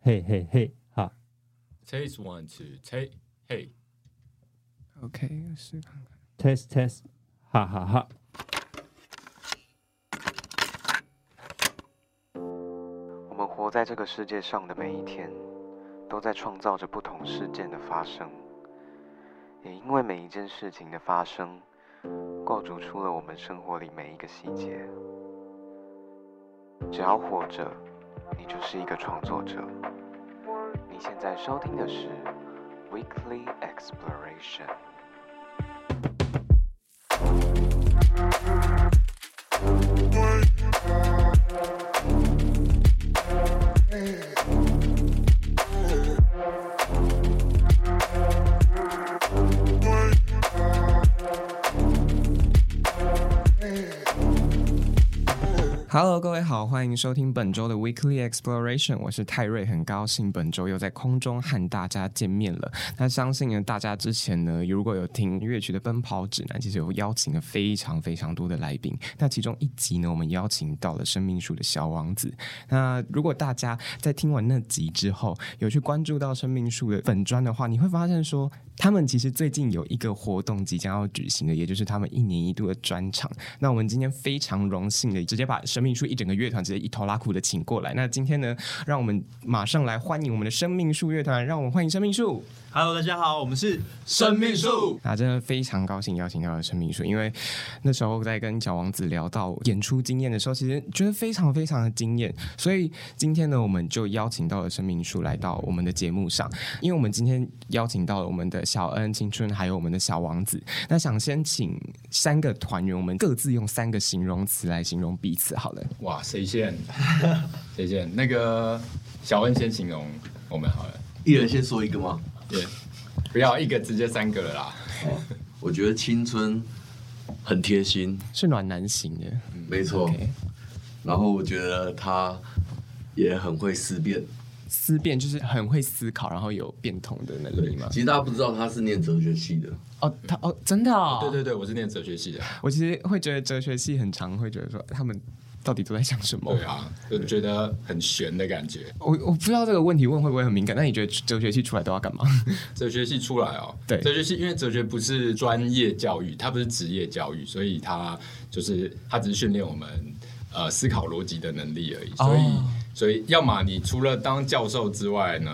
嘿嘿嘿，好， Taste one two take hey， OK，试看看。 test test，哈哈哈。我们活在这个世界上的每一天，都在创造着不同事件的发生，也因为每一件事情的发生，构筑出了我们生活里每一个细节。只要活着，你就是一个创作者。你现在收听的是 Weekly Exploration。 Hello，各位好，欢迎收听本周的 Weekly Exploration，我是泰瑞，很高兴本周又在空中和大家见面了。那相信呢，大家之前呢，如果有听乐曲的《奔跑指南》，其实有邀请了非常非常多的来宾。那其中一集呢，我们邀请到了生命树的小王子。那如果大家在听完那集之后，有去关注到生命树的粉砖的话，你会发现说，他们其实最近有一个活动即将要举行的，也就是他们一年一度的专场。那我们今天非常荣幸的直接把生命树一整个乐团直接一头拉苦的请过来。那今天呢，让我们马上来欢迎我们的生命树乐团，让我们欢迎生命树。 Hello，大家好，我们是生命树，啊，真的非常高兴邀请到了生命树，因为那时候在跟小王子聊到演出经验的时候，其实觉得非常非常的惊艳，所以今天呢，我们就邀请到了生命树来到我们的节目上，因为我们今天邀请到了我们的小恩、青春，还有我们的小王子。那想先请三个团员，我们各自用三个形容词来形容彼此好了。哇，谁先？ 谁先？那个小恩先形容我们好了，一人先说一个吗？对，不要一个直接三个了啦。我觉得青春很贴心，是暖男型的，没错。然后我觉得他也很会思辨。思辨就是很会思考，然后有变通的能力嘛。其实大家不知道他是念哲学系的，哦，他哦，真的哦，对对对，我是念哲学系的，我其实会觉得哲学系很常会觉得说他们到底都在想什么。对啊，就觉得很悬的感觉。我我不知道这个问题问会不会很敏感，那你觉得哲学系出来都要干嘛？哲学系出来哦，对哲学系因为哲学不是专业教育，它不是职业教育，所以它就是它只是训练我们呃思考逻辑的能力而已。所以、哦所以要么你除了当教授之外呢，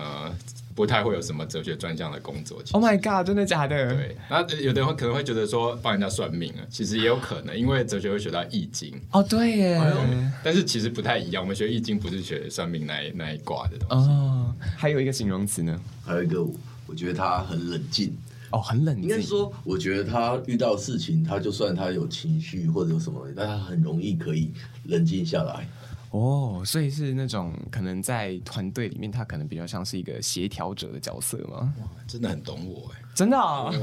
不太会有什么哲学专项的工作。其实 Oh my god，真的假的？对，那有的人会可能会觉得说帮人家算命啊，其实也有可能，因为哲学会学到易经，哦，对耶。哎但是其实不太一样。我们学易经不是学算命那一那一卦的东西。哦，还有一个形容词呢？还有一个我我觉得他很冷静。哦，很冷应该静。说，我觉得他遇到事情，他就算他有情绪或者有什么，但他很容易可以冷静下来。哦，所以是那种可能在团队里面，他可能比较像是一个协调者的角色吗？真的很懂我哎、真的、啊，哇，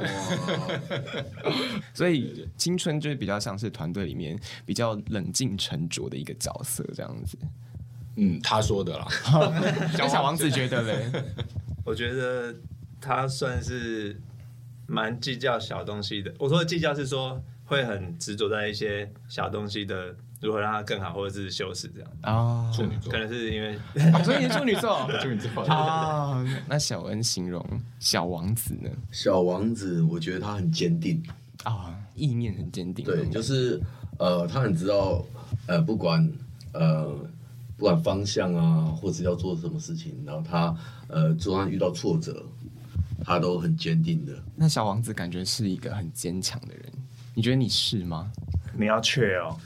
所以青春就是比较像是团队里面比较冷静沉着的一个角色，这样 子。嗯，他说的啦，那小王子觉得嘞？我觉得他算是蛮计较小东西的。我说的计较是说会很执着在一些小东西的如何让它更好，或者是修饰这样。哦，处女座可，能是因为哦所以你是处女 座。处女座， 啊，那小恩形容小王子呢？小王子，我觉得他很坚定。啊，意念很坚定。对，就是呃，他很知道呃，不管呃，不管方向啊，或是要做什么事情，然后他呃，就算遇到挫折，他都很坚定的。那小王子感觉是一个很坚强的人，你觉得你是吗？ 你要确哦，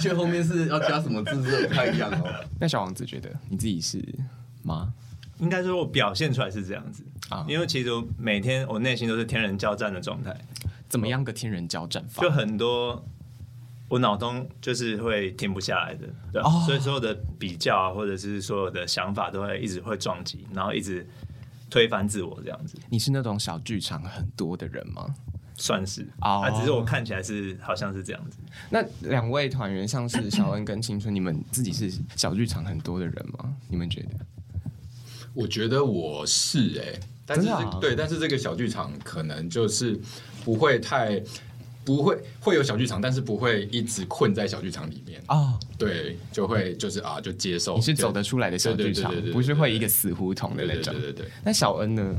却后面是要加什么字，这不太一样哦。那小王子觉得你自己是吗？应该说我表现出来是这样子啊因为其实我每天我内心都是天人交战的状态，怎么样个天人交战法就？很多我脑中就是会停不下来的，对吧、哦所以所有的比较啊，或者是所有的想法都会一直会撞击，然后一直推翻自我这样子，你是那种小剧场很多的人吗？算是、哦啊，只是我看起来是好像是这样子，那两位团员，像是小恩跟青春，你们自己是小剧场很多的人吗？你们觉得？我觉得我是哎、但是真的啊对，但是这个小剧场可能就是不会太不会会有小剧场，但是不会一直困在小剧场里面。哦，对，就会就是啊，就接受。你是走得出来的小剧对对场对对对，对不是会一个死胡同的对那对种对。对对，那小恩呢？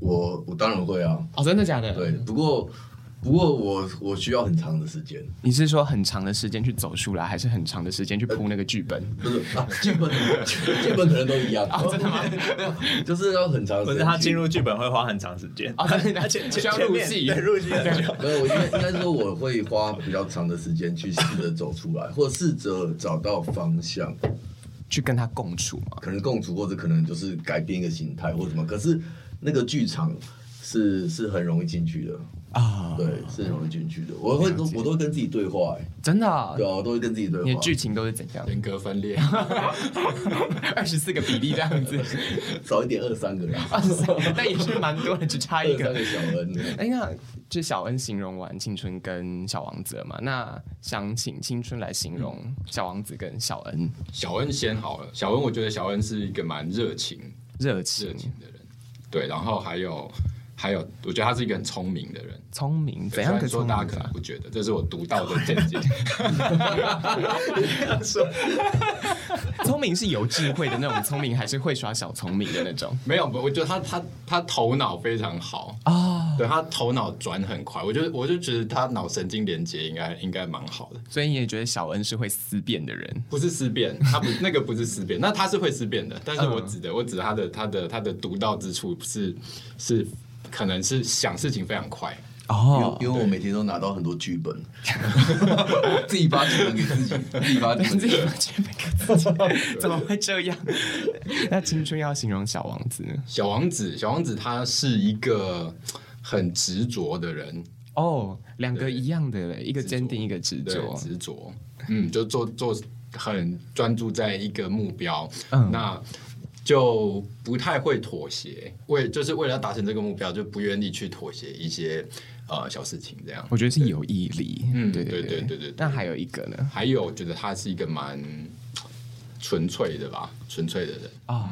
我我当然会啊，哦，真的假的？对，，不过不过我我需要很长的时间，你是说很长的时间去走出来，还是很长的时间去铺那个剧本？不是啊，剧本剧本可能都一样，真的吗？ 就是要很长的时不间是去。他进入剧本会花很长时间啊，真的前需要入戏对入戏很久。没有，我应该应该说我会花比较长的时间去试着走出来，或试着找到方向，去跟他共处嘛？可能共处，或者可能就是改变一个形态或什么。可是那个剧场是是很容易进去的，啊，对，是很容易进去的。我会了解我都会跟自己对话、欸，真的啊对，啊，我都会跟自己对你的话。剧情都是怎 样？人格分裂。二十四个比例这 样子，少一点二三个人，哇塞那也是蛮多的，只差啊二一三个。个小恩。哎，那这小恩形容完青春跟小王子了嘛？那想请青春来形容嗯小王子跟小恩小恩先好了，小恩我觉得小恩是一个蛮热情热热情情、的人，对，然后还有还有，我觉得他是一个很聪明的人。聪明，怎对样虽个然说聪大家可明啊能法？不觉得，这是我读到的见解。 聪明是有智慧的那种聪明，还是会耍小聪明的那种没有，不我觉得他他他头脑非常好，啊？对他头脑转很快，我就我就觉得他脑神经连接应该应该蛮好的，所以你也觉得小恩是会思辨的人？不是思辨，他不那个不是思辨，那他是会思辨的，但是嗯我指的、我指他的他的他的独到之处是是可能是想事情非常快，哦因为因为我每天都拿到很多 剧本，自己发剧本给自己，自己发剧 自本己。完全没看自己，怎么会这样？ 那青春要形容小王子呢？小王子，小王子他是一个很执着的人，哦，两个一样的嘞，一个坚定，一个执对着，执着，嗯，就做做很专注在一个目标，嗯那就不太会妥协，为就是为了要达成这个目标，就不愿意去妥协一些呃小事情这样。我觉得是有毅力。嗯对对对对对对对那还有一个呢？还有，我觉得他是一个蛮纯粹的吧，纯粹的人，啊，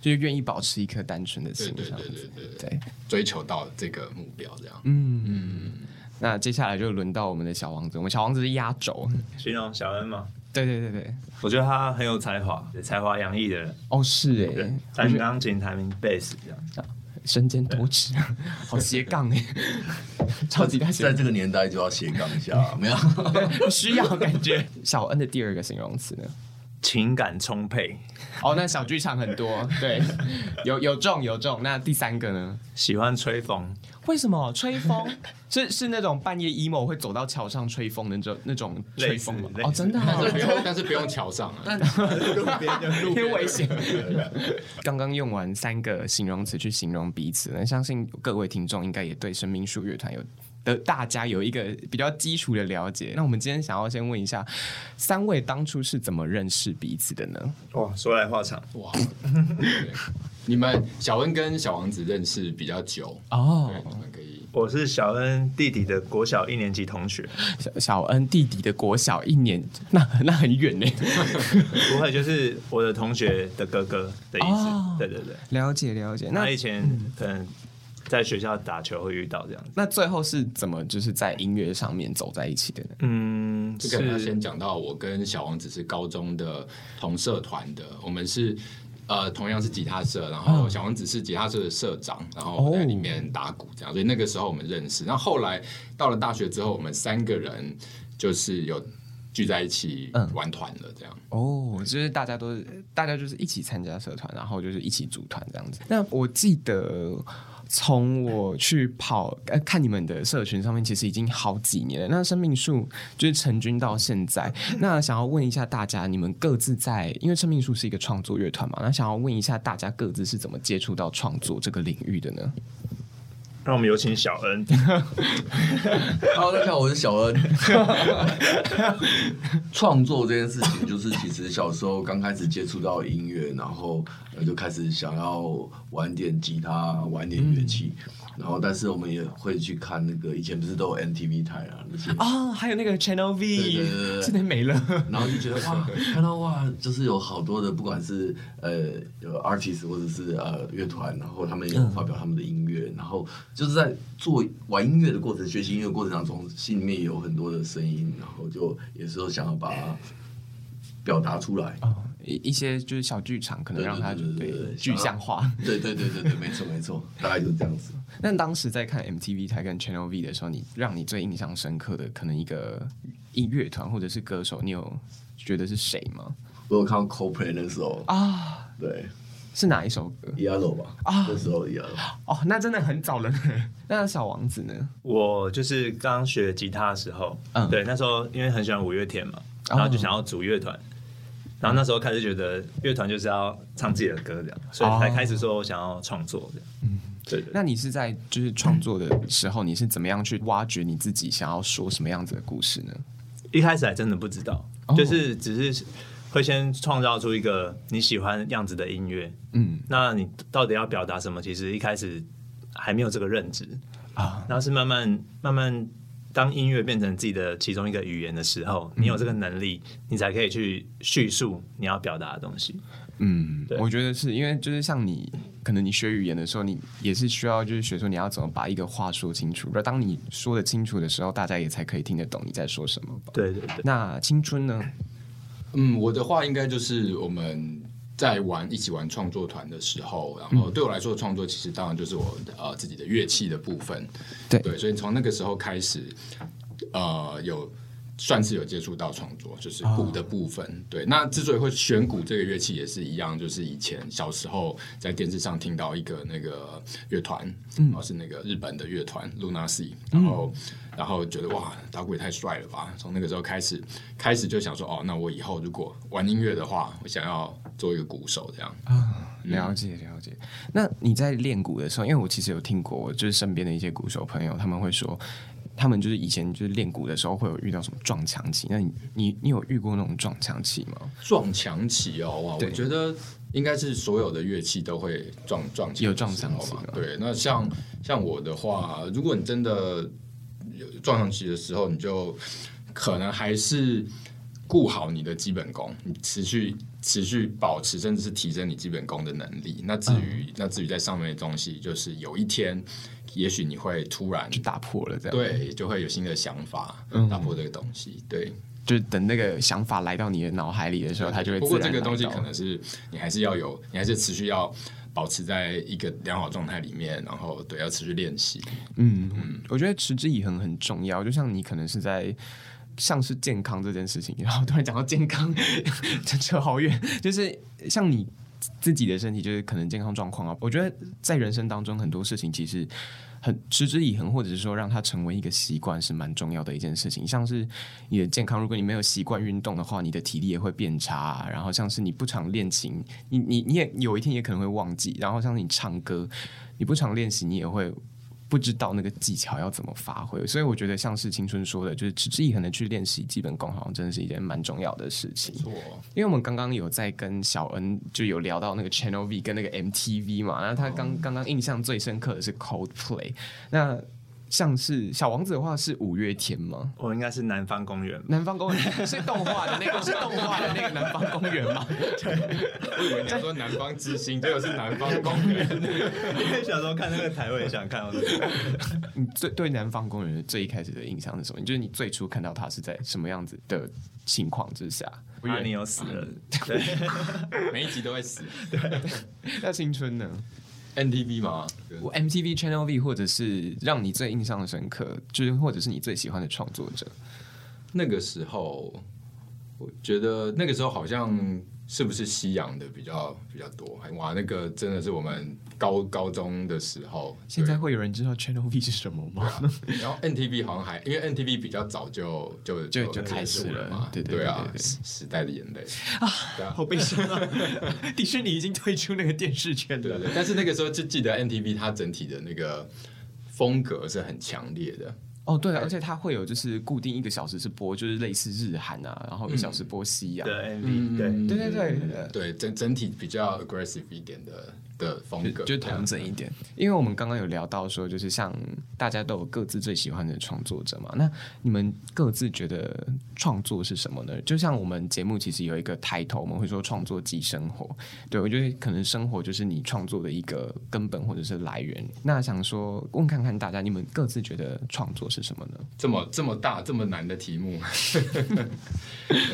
就是愿意保持一颗单纯的对心，对这嗯样对对子。对对，对，追求到这个目标这样。嗯那接下来就轮到我们的小王子，我们小王子是压轴。嗯形容小恩嘛， 对对对对，我觉得他很有才华，才华洋溢的人，哦是对哎，，啊弹钢琴、弹贝斯这样。身兼多职， 好斜杠哎， 超级大斜在这个年代就要斜杠一下，啊没有。 杠， 需要感觉。小恩的第二个形容词呢？情感充沛，哦，那小剧场很多，对，有有中有中。那第三个呢？喜欢吹风，为什么吹风 是是那种半夜 emo 会走到桥上吹风的那种那种吹风吗类？似哦，真的、但 是啊不，用，但是不用桥上啊，路边就路偏危险。 刚刚用完三个形容词去形容彼此，那相信各位听众应该也对生命树乐团有的大家有一个比较基础的了解。那我们今天想要先问一下，三位当初是怎么认识彼此的呢？哇，说来话长，哇！对你们小恩跟小王子认识比较久，哦对，你们可以我是小恩弟弟的国小一年级同学，小小恩弟弟的国小一年，那那很远呢。不会就是我的同学的哥哥的意思。哦对对对， 了解了解，那他以前可能在学校打球会遇到这样子。那最后是怎么就是在音乐上面走在一起的呢？嗯，这个要是先讲到，我跟小王子是高中的同社团的，我们是呃同样是吉他社，然嗯后小王子是吉他社的社长，然后我在里哦面打鼓这样，所以那个时候我们认识。然后后来到了大学之后，我们三个人就是有聚在一起嗯玩团了，这样。哦，就是大家都是大家就是一起参加社团，然后就是一起组团这样子。那我记得从我去跑呃看你们的社群上面，其实已经好几年了。那生命树就是成军到现在，那想要问一下大家，你们各自在因为生命树是一个创作乐团嘛，那想要问一下大家各自是怎么接触到创作这个领域的呢？让我们有请小恩。 Hello，大家好，我是小恩。 创作这件事情，就是其实小时候刚开始接触到音乐，然后呃就开始想要玩点吉他，玩点乐器。然后但是我们也会去看那个以前不是都有 NTV 台啊那些，啊、还有那个 Channel 对对对 V，对现在没了。然后就觉得 哇，看到哇，就是有好多的，不管是呃有 artist 或者是呃乐团，然后他们有发表他们的音乐，然后就是在做玩音乐的过程、学习音乐的过程当中，心里面有很多的声音，然后就也是说想要把它表达出来。 一一些就是小剧场，可能对让它对就对对对对具象化。对对对对对，没错没错， 大概就是这样子。那当时在看 MTV 台跟 Channel V 的时候，你让你最印象深刻的可能一个音乐团或者是歌手，你有觉得是谁吗？我有看到 Coldplay 那时候，啊，对是哪一首歌？ Yellow 吧，那时候 Yellow，哦，那真的很早了呢。 那小王子呢？我就是刚学吉他的时候，嗯对，那时候因为很喜欢五月天嘛，哦然后就想要组乐团，然后那时候开始觉得乐团就是要唱自己的歌这样，所以才开始说我想要创作这样。嗯，对对那你是在就是创作的时候，你是怎么样去挖掘你自己想要说什么样子的故事呢？一开始还真的不知道，哦就是只是会先创造出一个你喜欢样子的音乐，嗯那你到底要表达什么？其实一开始还没有这个认知啊，然后是慢慢慢慢，当音乐变成自己的其中一个语言的时候，你有这个能力，你才可以去叙述你要表达的东西。嗯对，我觉得是因为就是像你，可能你学语言的时候，你也是需要就是学说你要怎么把一个话说清楚，而当你说的清楚的时候，大家也才可以听得懂你在说什么吧。对对对，那青春呢？嗯，我的话应该就是我们在玩一起玩创作团的时候，然后对我来说，创作其实当然就是我呃自己的乐器的部分。对对，所以从那个时候开始，呃，有算是有接触到创作，就是鼓的部分。对，那之所以会选鼓这个乐器，也是一样，就是以前小时候在电视上听到一个那个乐团，然后是那个日本的乐团 Luna Sea，然后、然后觉得哇，打鼓也太帅了吧！从那个时候开始，开始就想说，哦，那我以后如果玩音乐的话，我想要做一个鼓手这样。了解了解。那你在练鼓的时候，因为我其实有听过，就是身边的一些鼓手朋友，他们会说，他们就是以前就是练鼓的时候会有遇到什么撞墙期。那你你你有遇过那种撞墙期吗？撞墙期哦，哇，对我觉得应该是所有的乐器都会撞撞墙，有撞墙期嘛吗。对，那像像我的话，如果你真的有撞墙期的时候，你就可能还是顾好你的基本功，你持续持续保持，甚至是提升你基本功的能力。那至于、嗯那至于在上面的东西，就是有一天，也许你会突然就打破了这样，，对，就会有新的想法，嗯打破这个东西，对。就是等那个想法来到你的脑海里的时候，它就会不自过然这个东西来到可能是你还是要有，你还是持续要保持在一个良好状态里面，然后对，要持续练习。嗯，我觉得持之以恒很重要。就像你可能是在像是健康这件事情，然后突然讲到健康， 这扯好远。就是像你自己的身体，就是可能健康状况啊。我觉得在人生当中很多事情其实。很持之以恒，或者是说让它成为一个习惯，是蛮重要的一件事情。像是你的健康，如果你没有习惯运动的话，你的体力也会变差啊、然后像是你不常练琴，你你你也有一天也可能会忘记。然后像是你唱歌，你不常练习，你也会不知道那个技巧要怎么发挥，所以我觉得像是青春说的，就是持之以恒的去练习基本功，好像真的是一件蛮重要的事情。错，因为我们刚刚有在跟小恩就有聊到那个 Channel V 跟那个 MTV 嘛，然后他刚刚刚印象最深刻的是 Coldplay，那像是小王子的话是五月天吗？我应该是南方公园吧，南方公园是动画的 那个，是动画的那个南方公园吗？我以为你要说南方之星，结果是南方公园。因为 小时候看那个台我也想看到这 个。你最对南方公园最一开始的印象是什么？就是你最初看到它是在什么样子的情况之下？阿尼有死了， 每一集都会死。那青春呢？ NTV 嘛，我 MTV Channel V 或者是让你最印象深刻，就是或者是你最喜欢的创作者，那个时候，我觉得那个时候好像是不是西洋的比较比较多？哇，那个真的是我们高高中的时候，对现在会有人知道 Channel V 是什么吗？ 然后 NTV 好像还因为 NTV 比较早就就就就开始结束了嘛，对对对啊对，对对时时代的眼泪啊好悲伤啊！迪士尼已经退出那个电视圈对对对，但是那个时候就记得 NTV 它整体的那个风格是很强烈的，哦，对啊，而且它会有就是固定一个小时是播，就是类似日韩啊，然后一小时播西洋。对 MV，对，嗯对对对，呃对整整体比较啊 aggressive 一点的的风格，就同整一点。因为我们刚刚有聊到说，就是像大家都有各自最喜欢的创作者嘛，那你们各自觉得创作是什么呢？就像我们节目其实有一个抬头，我们会说创作即生活。对我觉得可能生活就是你创作的一个根本或者是来源。那想说问看看大家，你们各自觉得创作是什么呢？啊这么这么大这么难的题目， 对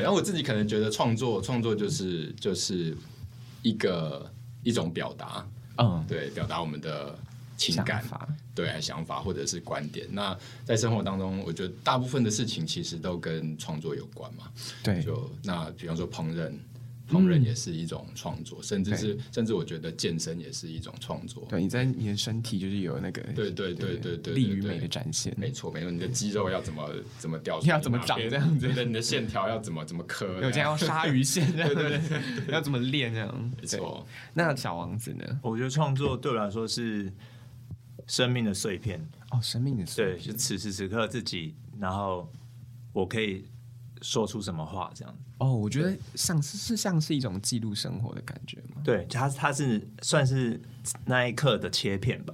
然后我自己可能觉得创作创作就是就是一个一种表达，嗯，对，表达我们的情想感，法，对想法或者是观点。那在生活当中，我觉得大部分的事情其实都跟创作有关嘛。对，嗯就那比方说烹饪，烹饪也是一种创作，甚至是甚至我觉得健身也是一种创作。对，你在你的身体就是有那个对对对对对利于对美的展现，没错，没错，你的肌肉要怎么怎么掉出来，要怎么长这样子对对，你的线条要怎么怎么磕，有这样要鲨鱼线这样，对对对，要怎么练这样？没错，对。那小王子呢？我觉得创作对我来说是生命的碎片，哦，生命的碎对，片就此时此刻自己，然后我可以说出什么话这样。哦，我觉得像是是像是一种记录生活的感觉吗？对，它它是算是那一刻的切片吧。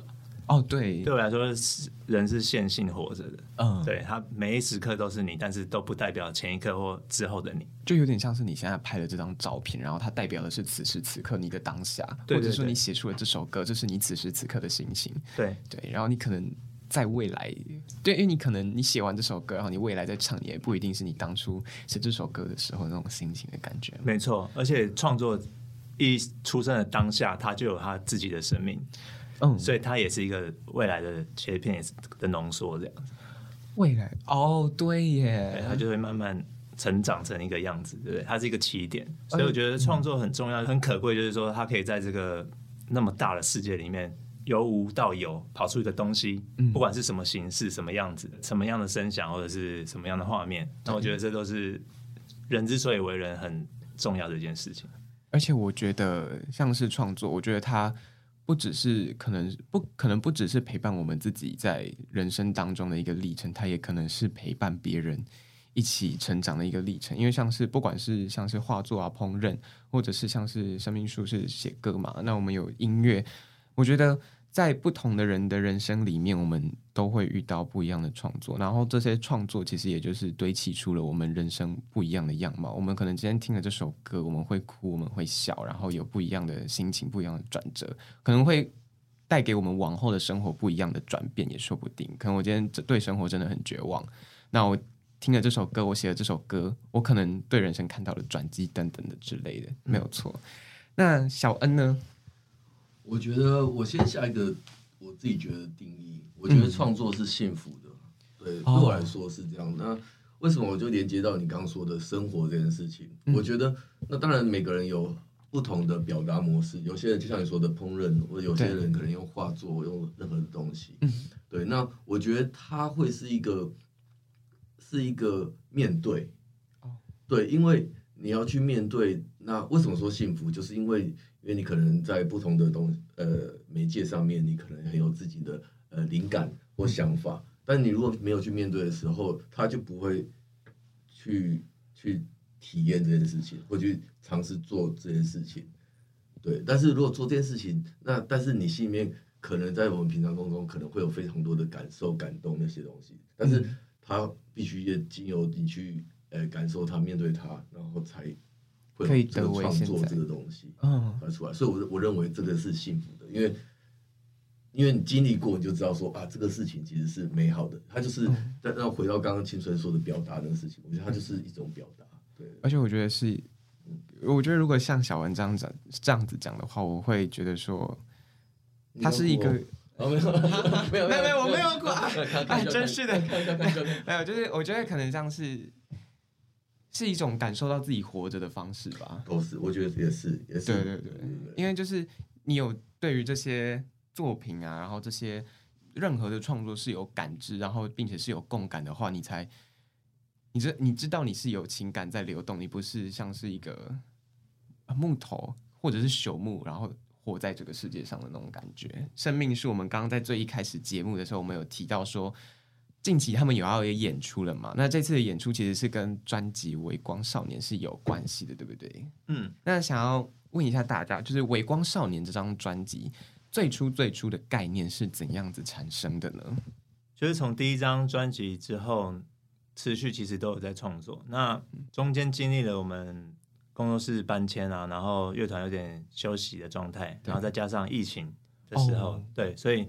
哦，对对，我来说，是人是线性活着的，嗯，，对，它每一时刻都是你，但是都不代表前一刻或之后的你。就有点像是你现在拍的这张照片，然后它代表的是此时此刻你的当下，对或者对说对你写出了这首歌，这是你此时此刻的心情，对，对，然后你可能。在未来，对，因为你可能你写完这首歌，然后你未来再唱，也不一定是你当初写这首歌的时候那种心情的感觉。没错，而且创作一出生的当下，他就有他自己的生命，嗯，所以它也是一个未来的切片，也是的浓缩这样子，未来哦，对对，耶，它就会慢慢。成长成一个样子，对不对？它是一个起点，所以我觉得创作很重要、很可贵，就是说它可以在这个那么大的世界里面，由无到有，跑出一个东西，不管是什么形式、什么样子、什么样的声响，或者是什么样的画面，那我觉得这都是人之所以为人很重要的一件事情。而且我觉得像是创作，我觉得它不只是可能不可能不只是陪伴我们自己在人生当中的一个历程，它也可能是陪伴别人一起成长的一个历程。因为像是不管是像是画作啊、烹饪，或者是像是生命树是写歌嘛，那我们有音乐，我觉得在不同的人的人生里面，我们都会遇到不一样的创作，然后这些创作其实也就是堆砌出了我们人生不一样的样貌。我们可能今天听了这首歌，我们会哭，我们会笑，然后有不一样的心情、不一样的转折，可能会。带给我们往后的生活不一样的转变也说不定。可能我今天这对生活真的很绝望，那我听了这首歌，我写了这首歌，我可能对人生看到了转机等等的之类的，没有错。那小恩呢？我觉得我先下一个我自己觉得定义，我觉得创作是幸福的，对，对我来说是这样。那为什么我就连接到你刚刚说的生活这件事情？我觉得那当然每个人有不同的表达模式，有些人就像你说的烹饪，或者有些对人可能用画作，用任何的东西。对，那我觉得它会是一个是一个面对，对，因为你要去面对。那为什么说幸福？就是因为因为你可能在不同的东呃媒介上面，你可能很有自己的呃灵感或想法，但你如果没有去面对的时候，他就不会去去体验这件事情，或去尝试做这件事情。对，但是如果做这件事情，那但是你心里面可能在我们平常工作中可能会有非常多的感受、感动那些东西，但是嗯他必须也经由你去呃感受它、面对它，然后才会有可以这个得为创现作在这个东西嗯，而出来。所以我，我认为这个是幸福的，因为因为你经历过，你就知道说啊，这个事情其实是美好的。它就是，嗯但但回到刚刚青春说的表达这个事情，我觉得它就是一种表达。对，而且我觉得是，我觉得如果像小文这样讲这样子讲的话，我会觉得说他是一个，哦，没有，没没有， 有没有，我没有过，哎，哎真是的，的，没有，就是我觉得可能像是是一种感受到自己活着的方式吧。都是，我觉得也是，也是，对对对，因为就是你有对于这些作品啊，然后这些任何的创作是有感知，然后并且是有共感的话，你才你知你知道你是有情感在流动，你不是像是一个呃木头或者是朽木，然后活在这个世界上的那种感觉。生命是我们刚刚在最一开始节目的时候，我们有提到说。近期他们有要有演出了嘛？那这次的演出其实是跟专辑《微光少年》是有关系的，对不对？嗯，那想要问一下大家，就是《微光少年》这张专辑最初最初的概念是怎样子产生的呢？就是从第一张专辑之后，持续其实都有在创作。那嗯中间经历了我们工作室搬迁啊，然后乐团有点休息的状态，然后再加上疫情的时候，哦对，所以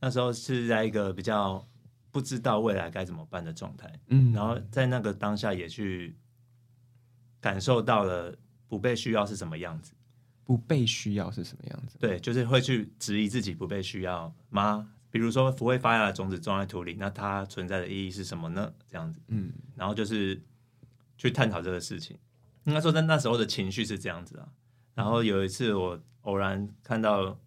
那时候是在一个比较不知道未来该怎么办的状态。嗯然后在那个当下也去感受到了不被需要是什么样子。不被需要是什么样子？对，就是会去质疑自己不被需要吗？比如说不会发芽的种子种在土里，那它存在的意义是什么呢？这样子，嗯，然后就是去探讨这个事情。应该说，在那时候的情绪是这样子啊。然后有一次，我偶然看到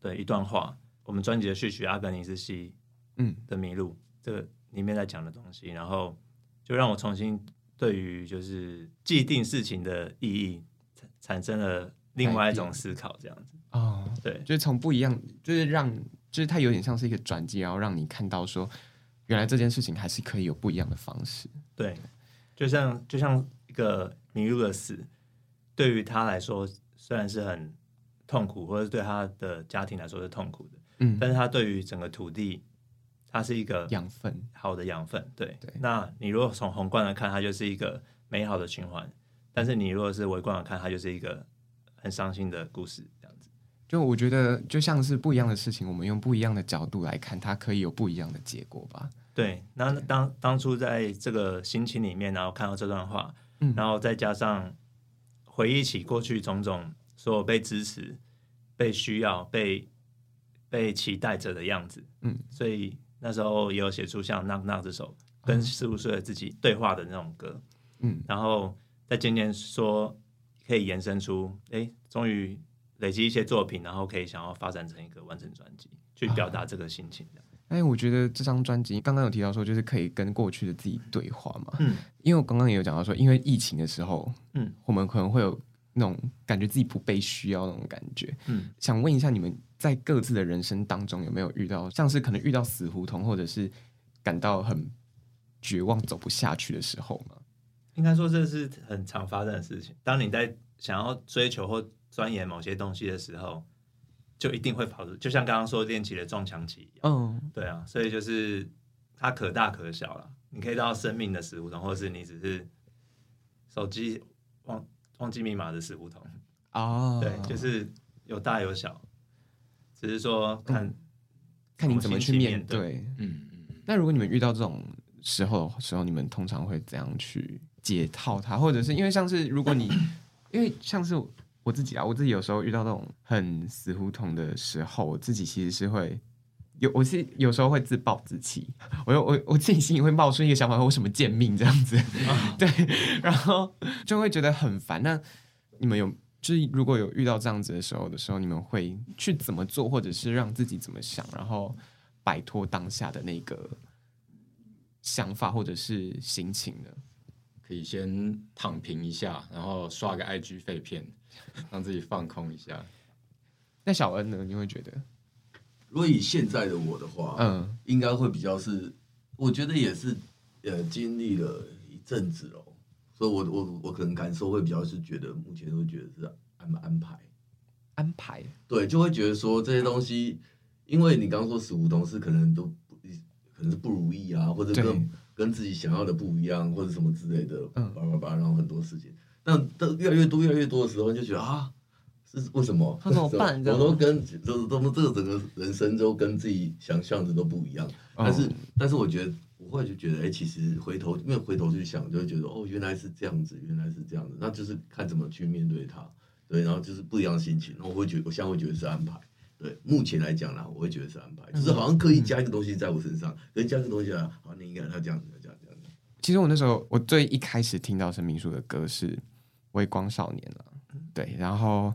的一段话，我们专辑的序曲《阿格尼斯西》嗯的《迷路》这个里面在讲的东西，然后就让我重新对于就是既定事情的意义产产生了另外一种思考，这样子。哦，对，就是从不一样，就是让，就是它有点像是一个转机，然后让你看到说，原来这件事情还是可以有不一样的方式。对，就像就像一个迷路的死，对于他来说虽然是很痛苦，或者对他的家庭来说是痛苦的，嗯，但是他对于整个土地，它是一个养分，好的养分。对，对那你如果从宏观来看，它就是一个美好的循环；但是你如果是微观来看，它就是一个很伤心的故事。这样子，就我觉得就像是不一样的事情，我们用不一样的角度来看，它可以有不一样的结果吧。对，那当当初在这个心情里面，然后看到这段话，嗯然后再加上回忆起过去种种所有被支持、被需要、被被期待着的样子，嗯，哦所以那时候也有写出像《Knock Knock》这首跟十五岁的自己对话的那种歌，嗯，然后再渐渐说可以延伸出，哎，终于累积一些作品，然后可以想要发展成一个完整专辑，去表啊达这个心情，这样哎，我觉得这张专辑刚刚有提到说，就是可以跟过去的自己对话嘛。嗯，因为我刚刚也有讲到说，因为疫情的时候，嗯，我们可能会有那种感觉自己不被需要那种感觉。嗯，想问一下，你们在各自的人生当中有没有遇到，像是可能遇到死胡同，或者是感到很绝望、走不下去的时候吗？应该说这是很常发生的事情。当你在想要追求或钻研某些东西的时候，就一定会跑出，就像刚刚说练起的撞墙期一样。嗯，对啊，所以就是它可大可小了。你可以到生命的死胡同，或是你只是手机忘忘记密码的死胡同。哦，对，就是有大有小，只是说看嗯看你怎么去面怎么对。嗯嗯嗯，那如果你们遇到这种时候的时候，你们通常会怎样去解套它？或者是因为像是如果你，因为像是我自己啊，我自己有时候遇到这种很死胡同的时候，我自己其实是会。有我是有时候会自暴自弃，我又我我自己心里会冒出一个想法，我为什么贱命这样子， 对，然后就会觉得很烦。那你们有就是如果有遇到这样子的时候的时候，你们会去怎么做，或者是让自己怎么想，然后摆脱当下的那个想法或者是心情呢？可以先躺平一下，然后刷个 IG 废片，让自己放空一下。那小恩呢？你会觉得，如果以现在的我的话，嗯应该会比较是，我觉得也是，呃，经历了一阵子咯，所以我我我可能感受会比较是觉得目前会觉得是安安排，安排，对，就会觉得说这些东西，因为你刚刚说死胡同是可能都不可能是不如意啊，或者对跟跟自己想要的不一样，或者什么之类的，嗯叭叭叭，然后很多事情，但但越来越多越来越多的时候，你就觉得啊。是为什么？那怎么 办这我样都跟都都这个整个人生都跟自己想象的都不一样。但是、嗯但是我觉得我后来就觉得，哎、其实回头因为回头去想，就会觉得哦，原来是这样子，原来是这样子，那就是看怎么去面对它，对，然后就是不一样的心情，然后我会觉得我现在会觉得是安排。对，目前来讲啦，我会觉得是安排，就是好像刻意加一个东西在我身上，可是加一个东西啊，好，你应该要这样子，要这样这样子。其实我那时候我最一开始听到生命树的歌是《微光少年》了，对，然后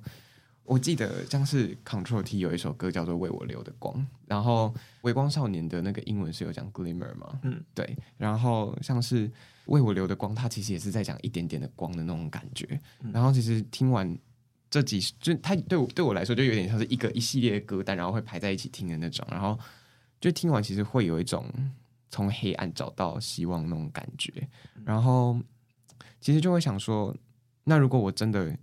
我记得像是 Control T 有一首歌叫做《为我留的光》，然后《微光少年》的那个英文是有讲 glimmer 嘛，嗯，对，然后像是《为我留的光》，它其实也是在讲一点点的光的那种感觉，然后其实听完。这几就它对我对我来说就有点像是一个一系列的歌单，然后会排在一起听的那种，然后就听完其实会有一种从黑暗找到希望那种感觉。嗯然后其实就会想说，那如果我真的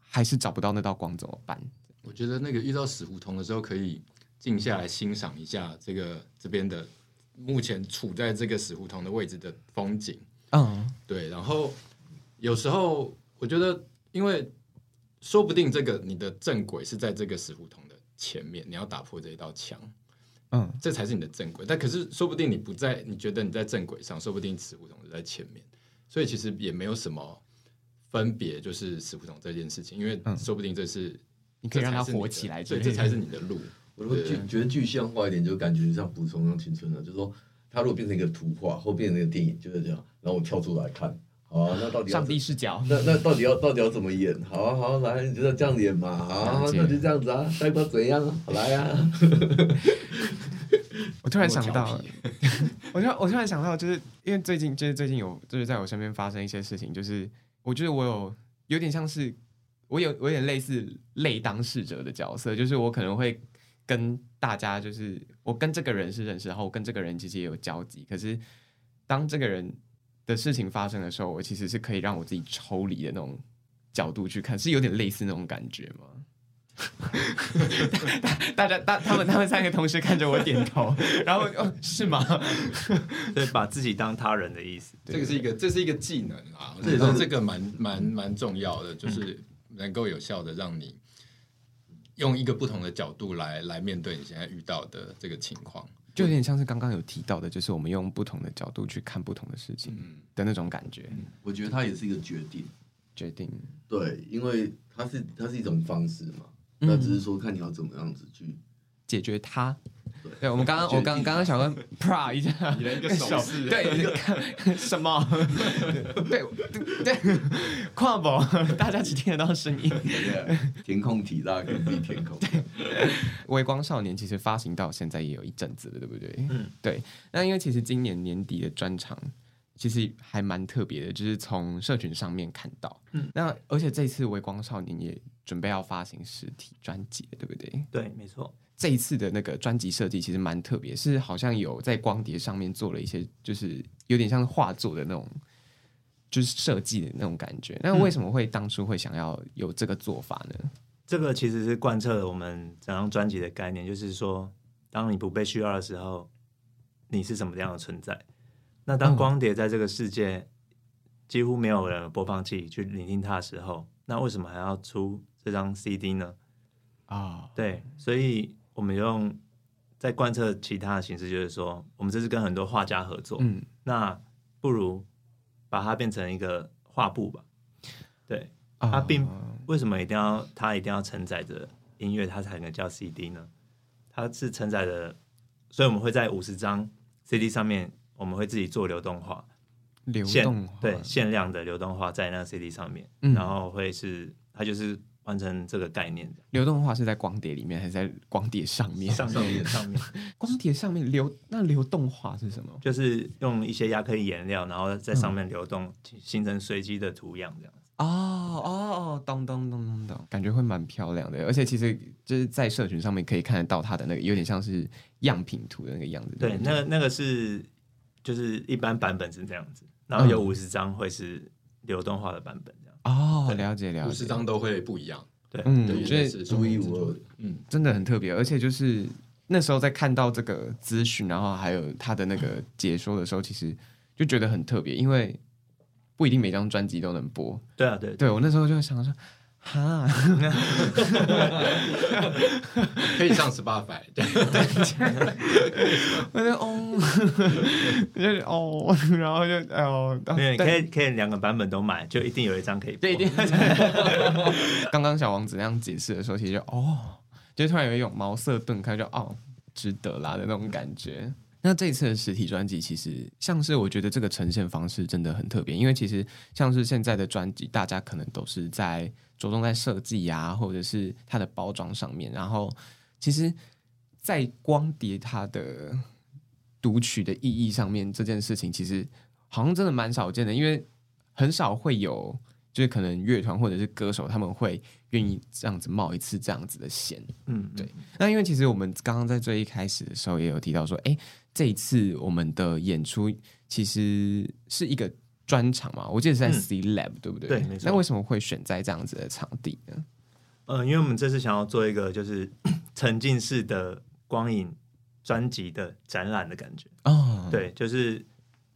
还是找不到那道光怎么办？我觉得那个遇到死胡同的时候，可以静下来欣赏一下这个这边的目前处在这个死胡同的位置的风景。嗯，对，然后有时候我觉得，因为说不定这个你的正轨是在这个死胡同的前面，你要打破这一道墙，嗯，这才是你的正轨。但可是说不定你不在，你觉得你在正轨上，说不定死胡同就在前面，所以其实也没有什么分别，就是死胡同这件事情，因为嗯说不定这是。你可以让它这才是你的火起来之对，类的这才是你的 路。我如果具觉得具象化一点，就感觉像补充上青春了，就是说，它如果变成一个图画或变成一个电影，就是这样，然后我跳出来看，好啊，那到底要上帝视角。那那到底要到底要怎么演？好啊好啊，来，你就这样演嘛，好啊了，解那就这样子啊，代表怎样啊？来啊，我突然想我到调皮， 我突然我突然想到，就是因为最近就是最近有就是在我身边发生一些事情，就是我觉得我有有点像是我有我有点类似类当事者的角色，就是我可能会跟大家就是我跟这个人是认识，然后我跟这个人其实也有交集，可是当这个人的事情发生的时候，我其实是可以让我自己抽离的那种角度去看，是有点类似那种感觉吗？ 大家大他们他们三个同时看着我点头， 然后哦是吗？对，把自己当他人的意思。这个是一个，这是一个技能啊，这也这是这个 蛮蛮蛮重要的，就是能够有效的让你用一个不同的角度来来面对你现在遇到的这个情况。就有点像是刚刚有提到的，就是我们用不同的角度去看不同的事情嗯，的那种感觉。 我觉得它也是一个决定，决定，对，因为它是它是一种方式嘛，那只是说看你要怎么样子 去解决它对。对，我们刚刚决定我刚刚刚 想问 pra 一下，你的一个手势 对， 看什么？ 对对对，跨博，大家只听得到声音。填空题，大家可以自己填空。 《微光少年》其实发行到现在也有一阵子了，对不对？嗯，对。那因为其实今年年底的专场其实还蛮特别的，就是从社群上面看到。嗯，那而且这次《微光少年》也准备要发行实体专辑了，对不对？对，没错。这一次的那个专辑设计其实蛮特别，是好像有在光碟上面做了一些，就是有点像画作的那种，就是设计的那种感觉。那为什么会当初会想要有这个做法呢？这个其实是贯彻了我们整张专辑的概念，就是说，当你不被需要的时候，你是什么样的存在？那当嗯光碟在这个世界、几乎没有人有播放器去聆听它的时候，那为什么还要出这张 CD 呢？啊、对，所以我们用在贯彻其他的形式，就是说，我们这次跟很多画家合作，嗯，那不如把它变成一个画布吧。对，啊它并为什么一定要它一定要承载着音乐，它才能叫 CD 呢？它是承载着，所以我们会在五十张 CD 上面，我们会自己做流动画，流限动化对限量的流动画在那个 CD 上面，嗯然后会是它就是完成这个概念的流动画是在光碟里面还是在光碟上面？上面上面光碟上面流那流动画是什么？就是用一些亚克力颜料，然后在上嗯面流动，形成随机的图样这样。哦哦哦，咚咚咚咚咚，感觉会蛮漂亮的。而且其实就是在社群上面可以看得到它的那个，有点像是样品图的那个样子。对，不那个那个是就是一般版本是这样子，然后有嗯五十张会是流动化的版本这样。哦，了解了五解。十张都会不一样，嗯，对，我因觉为得是独一无二。嗯，真的很特别，而且就是那时候在看到这个资讯，然后还有他的那个解说的时候，其实就觉得很特别，因为不一定每张专辑都能播。对啊，对，对我那时候就想说，哈，可以上 Spotify，对我就 哦，我就哦，然后就哎呦，没有，你可对以可以两个版本都买，就一定有一张可以播。对，一定要这样 刚刚小王子那样解释的时候，其实就哦，就突然有一种茅塞顿开，就哦，值得啦的那种感觉。那这一次的实体专辑，其实像是我觉得这个呈现方式真的很特别，因为其实像是现在的专辑，大家可能都是在着重在设计啊，或者是它的包装上面，然后其实，在光碟它的读取的意义上面，这件事情其实好像真的蛮少见的，因为很少会有就是可能乐团或者是歌手他们会愿意这样子冒一次这样子的险。嗯，对那因为其实我们刚刚在最一开始的时候也有提到说，哎，这一次我们的演出其实是一个专场嘛，我记得是在嗯 C Lab，、对不对？对没错那为什么会选在这样子的场地呢？嗯，因为我们这次想要做一个就是 沉浸式的光影专辑的展览的感觉。哦，对，就是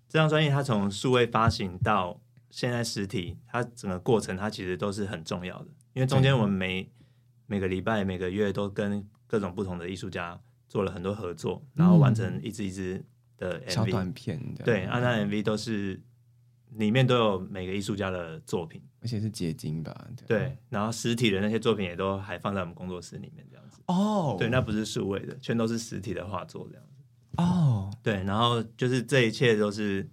这张专辑，它从数位发行到现在实体，它整个过程它其实都是很重要的，因为中间我们每每个礼拜、每个月都跟各种不同的艺术家做了很多合作，然后完成一支一支的嗯小 MV。短片的，对，啊，那 MV 都是里面都有每个艺术家的作品，而且是结晶吧？对，然后实体的那些作品也都还放在我们工作室里面这样子。哦，对，那不是数位的，全都是实体的画作这样。哦，对，然后就是这一切都是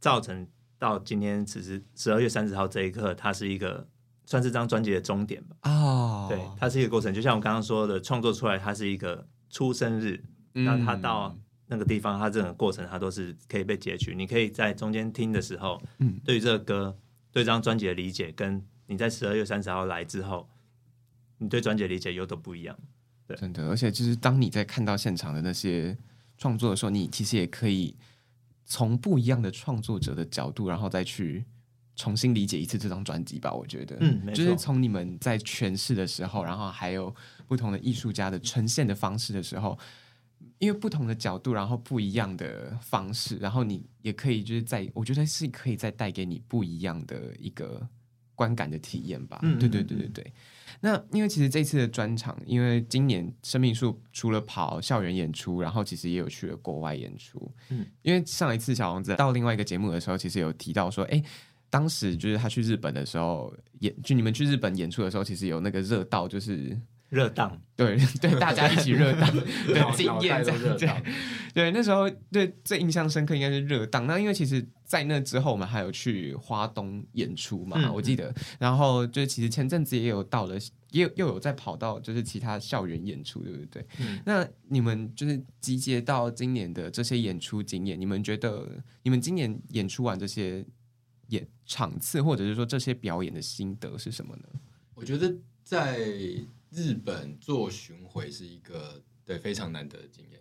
造成到今天，其实十二月三十号这一刻，它是一个算是这张专辑的终点吧。哦，对，它是一个过程，就像我刚刚说的，创作出来它是一个出生日，那它到那个地方，它这个过程它都是可以被截取。你可以在中间听的时候，嗯对于这个歌、对这张专辑的理解，跟你在十二月三十号来之后，你对专辑的理解又都不一样。真的，而且就是当你在看到现场的那些创作的时候，你其实也可以从不一样的创作者的角度，然后再去重新理解一次这张专辑吧。我觉得，嗯没错就是从你们在诠释的时候，然后还有不同的艺术家的呈现的方式的时候，因为不同的角度，然后不一样的方式，然后你也可以就是在，我觉得是可以再带给你不一样的一个观感的体验吧。嗯对对嗯对对对。那因为其实这次的专场，因为今年生命树除了跑校园演出，然后其实也有去了国外演出。嗯嗯，因为上一次小王子到另外一个节目的时候，其实有提到说，哎、当时就是他去日本的时候演，就你们去日本演出的时候，其实有那个热到就是。热档，对 对，大家一起热 档的经验这样热子到。对，那时候对最印象深刻应该是热档。那因为其实，在那之后我们还有去花东演出嘛，嗯我记得。然后就其实前阵子也有到了，也有又有在跑到就是其他校园演出，对不对？嗯那你们就是集结到今年的这些演出经验，你们觉得你们今年演出完这些演场次，或者是说这些表演的心得是什么呢？我觉得在日本做巡回是一个对非常难得的经验，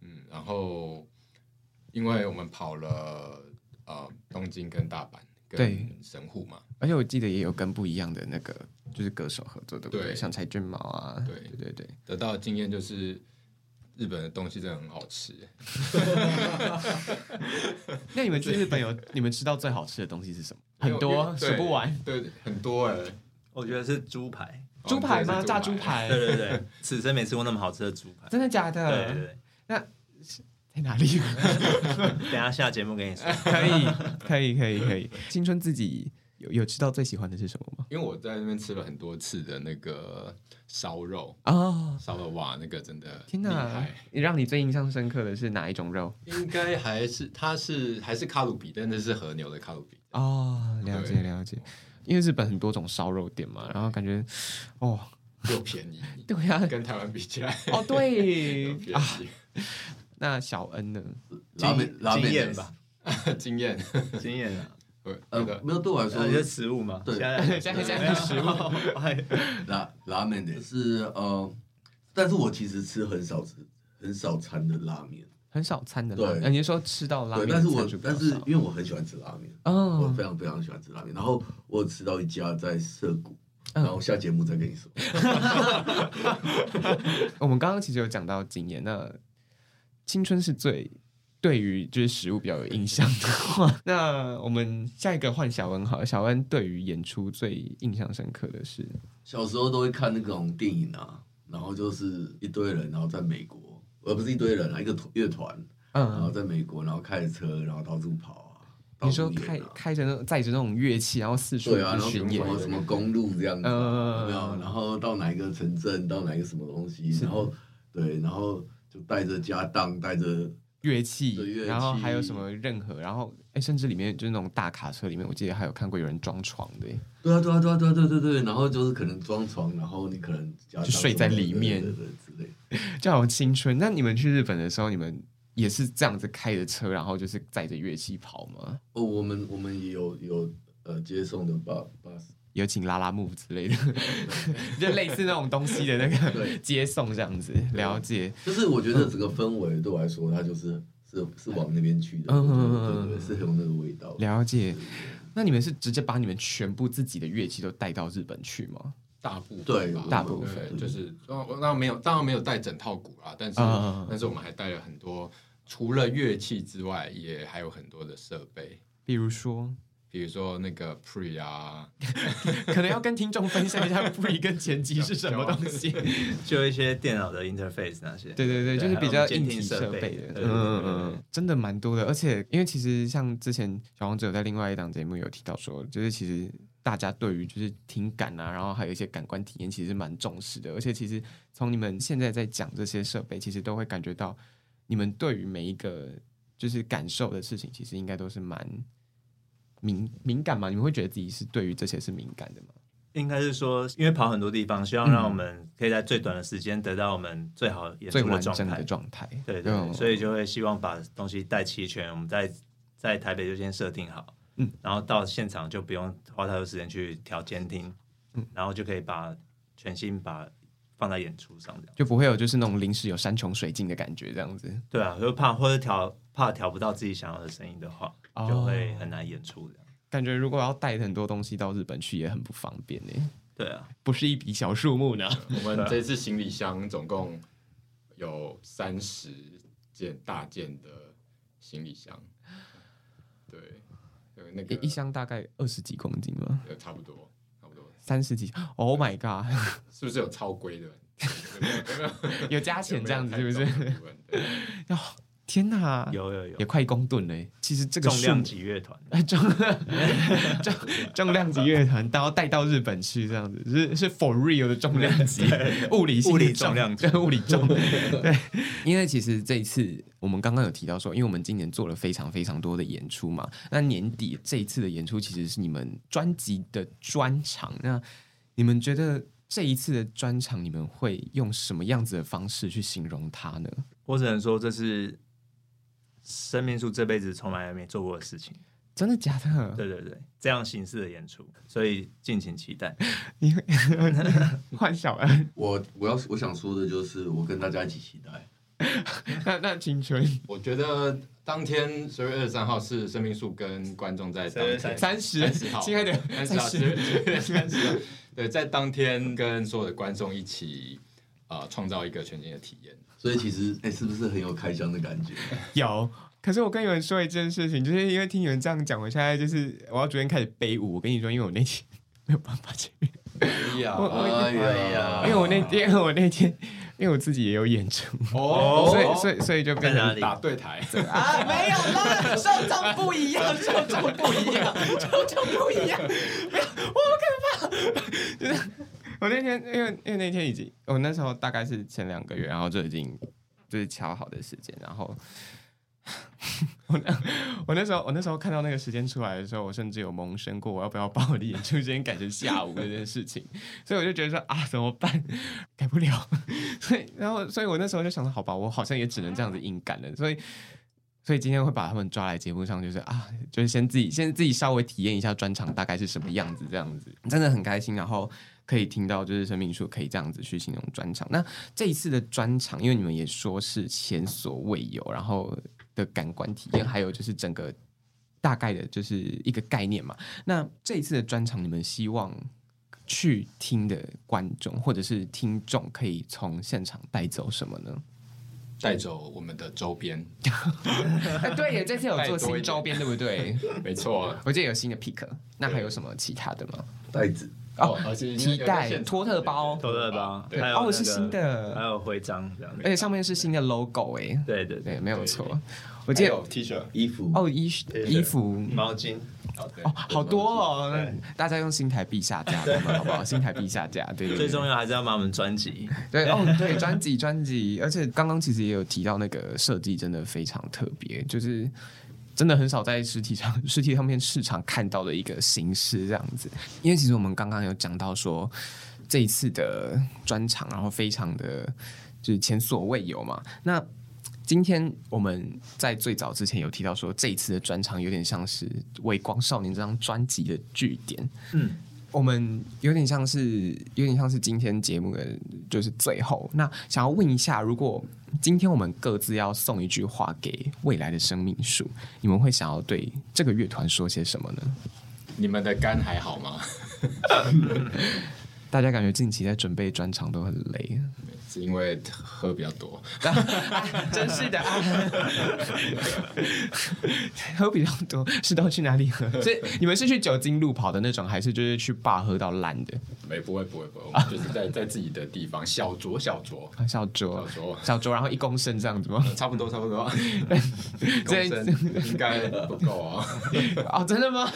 嗯，然后因为我们跑了呃东京跟大阪对跟神户嘛，而且我记得也有跟不一样的那个就是歌手合作，对不对？对像柴俊毛啊，对对对对，得到的经验就是日本的东西真的很好吃，那你们去日本有你们吃到最好吃的东西是什么？因为很多对数不完，对，很多哎、我觉得是猪排。哦猪排吗？对是炸猪排， 对对对，此生没吃过那么好吃的猪排。真的假对对的？对，在哪里？等一下下节目跟你说。可以，可以，可以，可以。青春自己有有吃到最喜欢的是什么吗？因为我在那边吃了很多次的那个烧肉，啊，烧肉哇，那个真的天厉哪害！让你最印象深刻的是哪一种肉？应该还是它是还是卡鲁比，但那是和牛的卡鲁比。哦，了解对了解，因为日本很多种烧肉店嘛，然后感觉， 哦， 又便宜，对呀、跟台湾比起来哦对又便啊，宜。 那小恩呢？拉面经拉面经类验似吧，经验， 经验啊，对那呃，个没有对我来说呃，就是食物嘛。对现在 现在现在是食物。拉拉面的是呃，但是我其实吃很少吃很少餐的拉面，很少餐的拉面，对呃你是说吃到拉对，面的但是我餐数比较但少，是因为我很喜欢吃拉面，我哦非常非常喜欢吃拉面。然后我有吃到一家在涩谷，嗯然后下节目再跟你说。我们刚刚其实有讲到经验，那青春是最对于就是食物比较有印象的话， 那我们下一个换小恩好了，小恩对于演出最印象深刻的是，小时候都会看那种电影啊，然后就是一堆人，然后在美国，而不是一堆人啊，一个团乐团，然后嗯，在美国，然后开着车，然后到处跑啊，到你说处开演啊。开着那种载着那种乐器，然后四处对啊，然后什巡演，么什么公路这样子啊，嗯有没有？然后到哪一个城镇，到哪一个什么东西，然后对，然后就带着家当，带着乐器对乐，器然后还有什么任何，然后哎，甚至里面就是那种大卡车里面，我记得还有看过有人装床的，欸诶对啊，对啊，对啊，对啊，对对对，然后就是可能装床，然后你可能家当就睡在里面对对对对之类的。就好青春。那你们去日本的时候，你们也是这样子开着车，然后就是载着乐器跑吗？哦，我们我们也有有呃接送的巴巴士，有请拉拉木之类的， 就类似那种东西的那个对接送这样子。了解，嗯就是我觉得整个氛围对我来说，它就是是是往那边去的，嗯嗯嗯对嗯对对，是有那个味道的。了解。那你们是直接把你们全部自己的乐器都带到日本去吗？大部对分吧，大部分对就是当然当然没有，当然没有带整套鼓啦，但是、嗯嗯嗯但是我们还带了很多，除了乐器之外，也还有很多的设备，比如说，比如说那个 pre 啊，可能要跟听众分享一下 free 跟前级是什么东西。 就一些电脑的 interface 那些。对对对，对就是比较硬体还设有监听设备备的，对对对嗯嗯对对嗯，真的蛮多的。而且因为其实像之前小王子有在另外一档节目有提到说，就是其实大家对于就是听感啊，然后还有一些感官体验，其实蛮重视的。而且其实从你们现在在讲这些设备，其实都会感觉到你们对于每一个就是感受的事情，其实应该都是蛮。敏敏感嘛？你们会觉得自己是对于这些是敏感的吗？应该是说，因为跑很多地方，希望让我们可以在最短的时间得到我们最好演最出完的状整态的。状态，对对对，嗯所以就会希望把东西带齐全，我们在在台北就先设定好，嗯，然后到现场就不用花太多时间去调监听，嗯，然后就可以把全心把放在演出上这样。就不会有就是那种临时有山穷水尽的感觉，这样子。对啊，就怕或者调怕调不到自己想要的声音的话，哦就会很难演出这样。感觉如果要带很多东西到日本去也很不方便呢，对啊，不是一笔小数目呢。我们这次行李箱总共有三十件大件的行李箱，对，有那个一一箱大概二十几公斤吗？呃差不多差不多，三十几？Oh my god！是不是有超规的？ 有加钱这样子是不是？有没有太重的部分？对哦，天哪，有有有也，快一公吨嘞！其实这个重数量级乐团， 哎重重重量级乐团，然后带到日本去这样子，是是 for real 的重量级， 物理性的物理重量级对物理重。 对，因为其实这一次我们刚刚有提到说，因为我们今年做了非常非常多的演出嘛，那年底这一次的演出其实是你们专辑的专场，那你们觉得？这一次的专场，你们会用什么样子的方式去形容它呢？我只能说这是生命树这辈子从来没做过的事情。真的假的？对对对，这样形式的演出，所以敬请期待。你会 换小恩，我我要我想说的就是，我跟大家一起期待。那那青春我觉得当天十月二十三号是生命树跟观众在当12天月三十， 30号亲爱的，三十三号，十，对，三十号，对，在当天跟所有的观众一起，呃，创造一个全新的体验。所以其实，哎、是不是很有开箱的感觉？有。可是我跟你们说一件事情，就是因为听你们这样讲，我现在就是我要昨天开始背舞。我跟你说，因为我那天没有办法去，哎呀我 哎呀因为我那天我那天因为我自己也有演出，哦所以所以所以就变在哪成里打对台，啊，没有啦，受众不一样，受众不一样，受众不一样，不要，我好可怕。就是 我那天，因为因为那天已经，我那时候大概是前两个月，然后就已经就是敲好的时间，然后 我那我那时候我那时候看到那个时间出来的时候，我甚至有萌生过我要不要把我的演出时间改成下午这件事情， 所以我就觉得说啊，怎么办？改不了。 所以，然后，所以我那时候就想说，好吧，我好像也只能这样子硬干了。所以，所以今天会把他们抓来节目上，就是啊，就是先自己先自己稍微体验一下专场大概是什么样子，这样子真的很开心。然后可以听到就是生命树可以这样子去形容专场。那这一次的专场，因为你们也说是前所未有，然后的感官体验，还有就是整个大概的就是一个概念嘛。那这一次的专场，你们希望去听的观众或者是听众可以从现场带走什么 呢？带走我们的周边，对耶，这次有带做多一点新周边，对不对？没错。我记得有新的 pick，那还有什么其他的吗？袋子，哦，而且皮带、托特包，头乐吧，对还有哦那个是新的哎还有徽章这样而。且上面是新的 logo 哎，对对对，对，没有错。我我记得 T 恤，衣服，哦衣对对衣服毛巾，嗯哦好多哦，那大家用新台币下架的嘛，好不 好？新台币下架，对对最对。重要还是要买我们专辑。 对哦，对，专辑专辑，而且刚刚其实也有提到那个设计真的非常特别，就是真的很少在实体上实体唱片市场看到的一个形式这样子。因为其实我们刚刚有讲到说这一次的专场，然后非常的就是前所未有嘛。那今天我们在最早之前有提到说，这一次的专场有点像是《微光少年》这张专辑的据点。嗯，我们有点像是有点像是今天节目的就是最后。那想要问一下，如果今天我们各自要送一句话给未来的生命树，你们会想要对这个乐团说些什么呢？你们的肝还好吗？大家感觉近期在准备专场都很累，是因为喝比较多，真是的、啊 喝比较多是都去哪里喝？是你们是去酒精路跑的那种，还是就是去坝喝到烂的？没不会不会不会，我啊们就是在在自己的地方小酌小酌，小酌，小酌小酌，然后一公升这样子吗？差不多差不 多，一公升应该不够啊。哦，真的吗？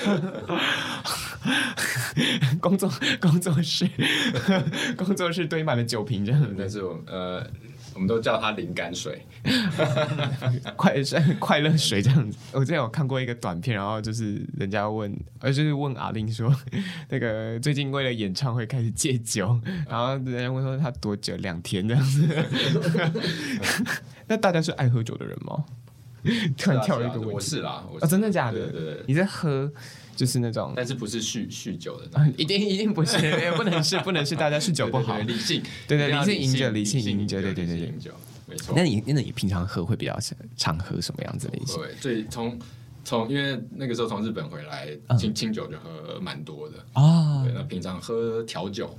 工作工作室 工作室堆满了酒瓶，这样 但是我们呃，我们都叫它灵感水，快 是快乐水这样子。我之前有看过一个短片，然后就是人家问，呃，就是问阿令说，那个最近为了演唱会开始戒酒，然后人家问说他多久，两天这样子。 那大家是爱喝酒的人吗？突然跳了一是啊是啊个问我题，是啦，我啊、真的假的？对对对哎你在喝，就是那种。但是不是酗酗酒的那啊 一定一定不是，不能是不能是，大家酗酒不种，好对对。对理性， 对对一定要理性饮酒理性饮酒饮对对对理对性饮酒，没错。那你那你平常喝会比较常喝什么样子的类型？对，最从从因为那个时候从日本回来，嗯清清酒就喝蛮多的。啊对，那平常喝调酒，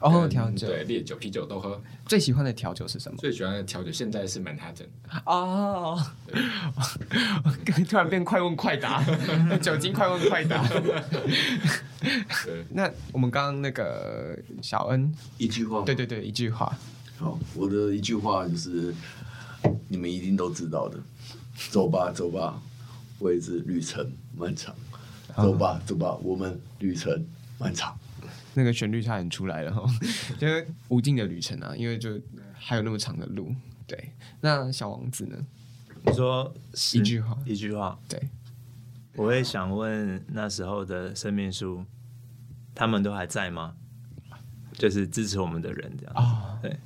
哦，跟调酒对烈酒、啤酒都喝。最喜欢的调酒是什么？最喜欢的调酒现在是 Manhattan，哦， 突然变快问快答， 酒精快问快答。对，那我们刚刚那个小恩，一句话，对对对，一句话，好，我的一句话就是，你们一定都知道的，走吧，走吧，未知旅程漫长，走吧，走吧，我们旅程漫长。那个旋律差点出来了 哦，就是无尽的旅程啊，因为就还有那么长的路。对，那小王子呢？你说是一句话一句话，对，我也想问那时候的生命树，他们都还在吗？就是支持我们的人这样啊对，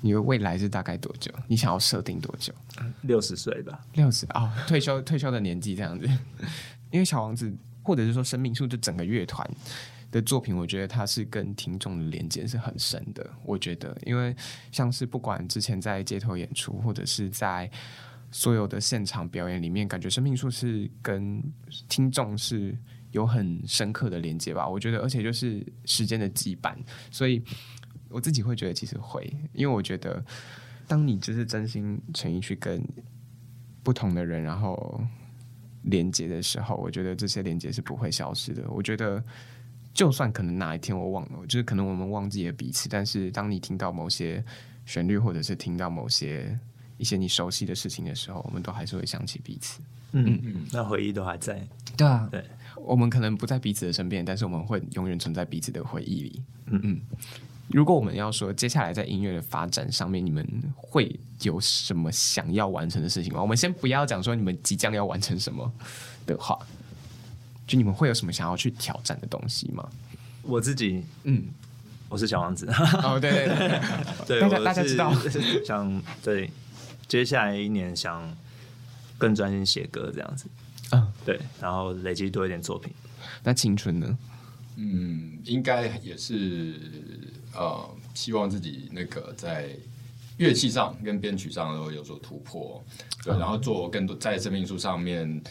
你的未来是大概多久？你想要设定多久？六十岁吧，六十啊，退休退休的年纪这样子。 因为小王子，或者是说生命树，这整个乐团的作品，我觉得它是跟听众的连接是很深的。我觉得，因为像是不管之前在街头演出，或者是在所有的现场表演里面，感觉生命树是跟听众是有很深刻的连接吧。我觉得，而且就是时间的羁绊，所以我自己会觉得其实会，因为我觉得。当你就是真心诚意去跟不同的人，然后连接的时候，我觉得这些连接是不会消失的。我觉得，就算可能哪一天我忘了，就是可能我们忘记了彼此，但是当你听到某些旋律，或者是听到某些一些你熟悉的事情的时候，我们都还是会想起彼此。嗯嗯，那回忆都还在，对啊对，我们可能不在彼此的身边，但是我们会永远存在彼此的回忆里。嗯嗯。如果我们要说接下来在音乐的发展上面，你们会有什么想要完成的事情吗？我们先不要讲说你们即将要完成什么的话，就你们会有什么想要去挑战的东西吗？我自己嗯，我是小王子，哦，对对对， 对，大家我大家知道 是想对接下来一年想更专心写歌这样子，嗯，对，然后累积多一点作品。那青春呢？嗯，应该也是呃，希望自己那个在乐器上跟编曲上都有所突破，对，然后做更多在生命树上面，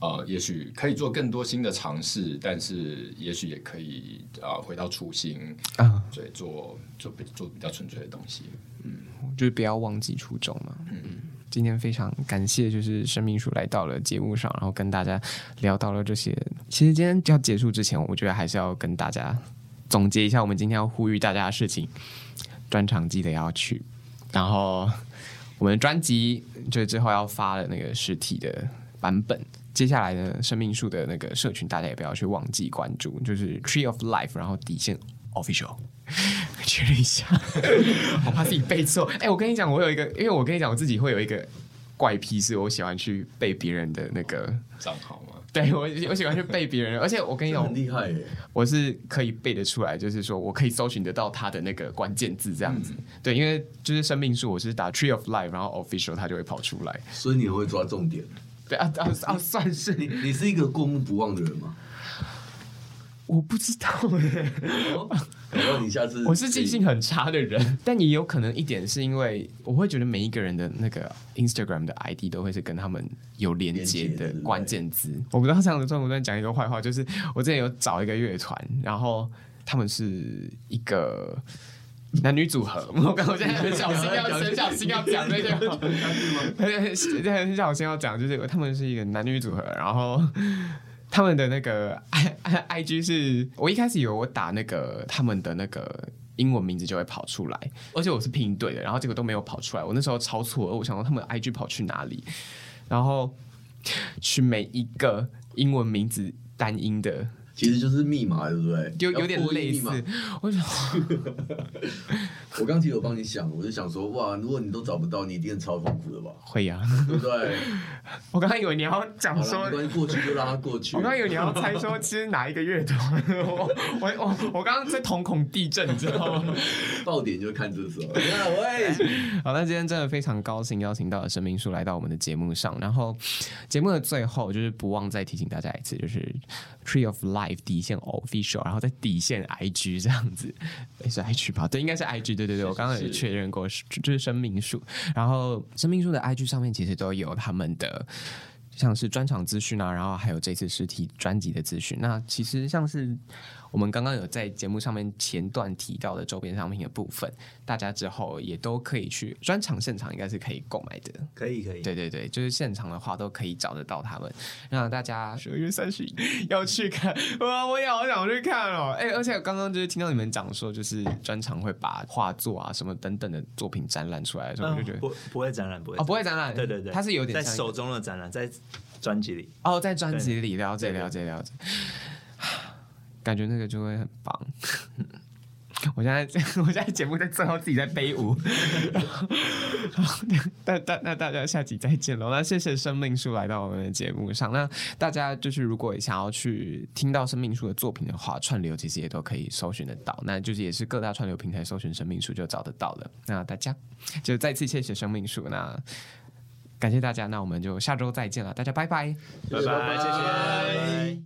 呃，也许可以做更多新的尝试，但是也许也可以啊、呃回到初心，啊，对，做做比做比较纯粹的东西。就是不要忘记初衷嘛。今天非常感谢，就是生命树来到了呃节目上，然后跟大家聊到了这些。其实今天要结束之前，我觉得还是要跟大家总结一下我们今天要呼吁大家的事情：专场记得要去，然后我们专辑就是之后要发的那个实体的版本。接下来呢，生命树的那个社群，大家也不要去忘记关注，就是 Tree of Life，然后底线 Official。确认一下，我怕自己背错。哎、我跟你讲，我有一个，因为我跟你讲，我自己会有一个怪癖，是我喜欢去背别人的那个，账号吗？对我我喜欢去背别人，而且我跟你讲很，厉害耶！我是可以背得出来，就是说我可以搜寻得到他的那个关键字这样嗯子。对，因为就是生命树，我是打 Tree of Life，然后 Official 它就会跑出来。所以你会抓重点。对啊啊啊，算是 你你是一个过目不忘的人吗？欸我不知道哎、搞哦不好你下 次我是记性很差的人，但也有可能一点是因为我会觉得每一个人的那个 Instagram 的 ID 都会是跟他们有连接连接的对不对关键字。我不知道这样子算不算讲一个坏话，就是我之前有找一个乐团，然后他们是一个。男女组合，我刚我现在很小心要很小心要讲这些话，很很很小心要讲，就是他们是一个男女组合，然后他们的那个 i i i g 是我一开始以为我打那个他们的那个英文名字就会跑出来，而且我是拼对的，然后结果都没有跑出来，我那时候超错愕，我想说他们的 i g 跑去哪里，然后去每一个英文名字单音的，其实就是密码，对不对？有有点要破译类密似码。我想？我刚其实有帮你想，我就想说，哇，如果你都找不到，你一定超痛苦的吧会呀、对 不对？我刚刚以为你要讲好说了，没。关系，过去就让它过去。我刚刚以为你要猜说其实哪一个乐团， 我我我我刚刚在瞳孔地震，你知道 吗？爆点就看这时候。你看喂，好，那今天真的非常高兴邀请到了神明叔来到我们的节目上。然后节目的最后，就是不忘再提醒大家一次，就是 Tree of Life 底线 Official，然后再底线 IG 这样子，诶是 IG 吧？对，应该是 IG。对对对，我刚刚也确认过，是就是生命树。然后生命树的 IG 上面其实都有他们的。像是专场资讯啊，然后还有这次实体专辑的资讯。那其实像是我们刚刚有在节目上面前段提到的周边商品的部分，大家之后也都可以去专场现场应该是可以购买的。可以可以，对对对，就是现场的话都可以找得到他们，让大家十二月三十一要去看，哇，我也好想去看哦！哎、而且我刚刚就是听到你们讲说，就是专场会把画作啊什么等等的作品展览出来的时候，我就觉嗯，得。不不会展览，不会哦，不会展览，展览，对对对，它是有点在像一个手中的展览，在专辑里，哦，在专辑里了解对对了解了解， 感觉那个就会很棒。 我现在 我现在节目在最后自己在背舞，然后大大那大家下集再见喽。那谢谢生命树来到我们的节目上。那大家就是如果也想要去听到生命树的作品的话，串流其实也都可以搜寻得到，那就是也是各大串流平台搜寻生命树就找得到了。那大家就再次谢谢生命树，那感谢大家，那我们就下周再见了，大家拜拜。拜拜，谢谢。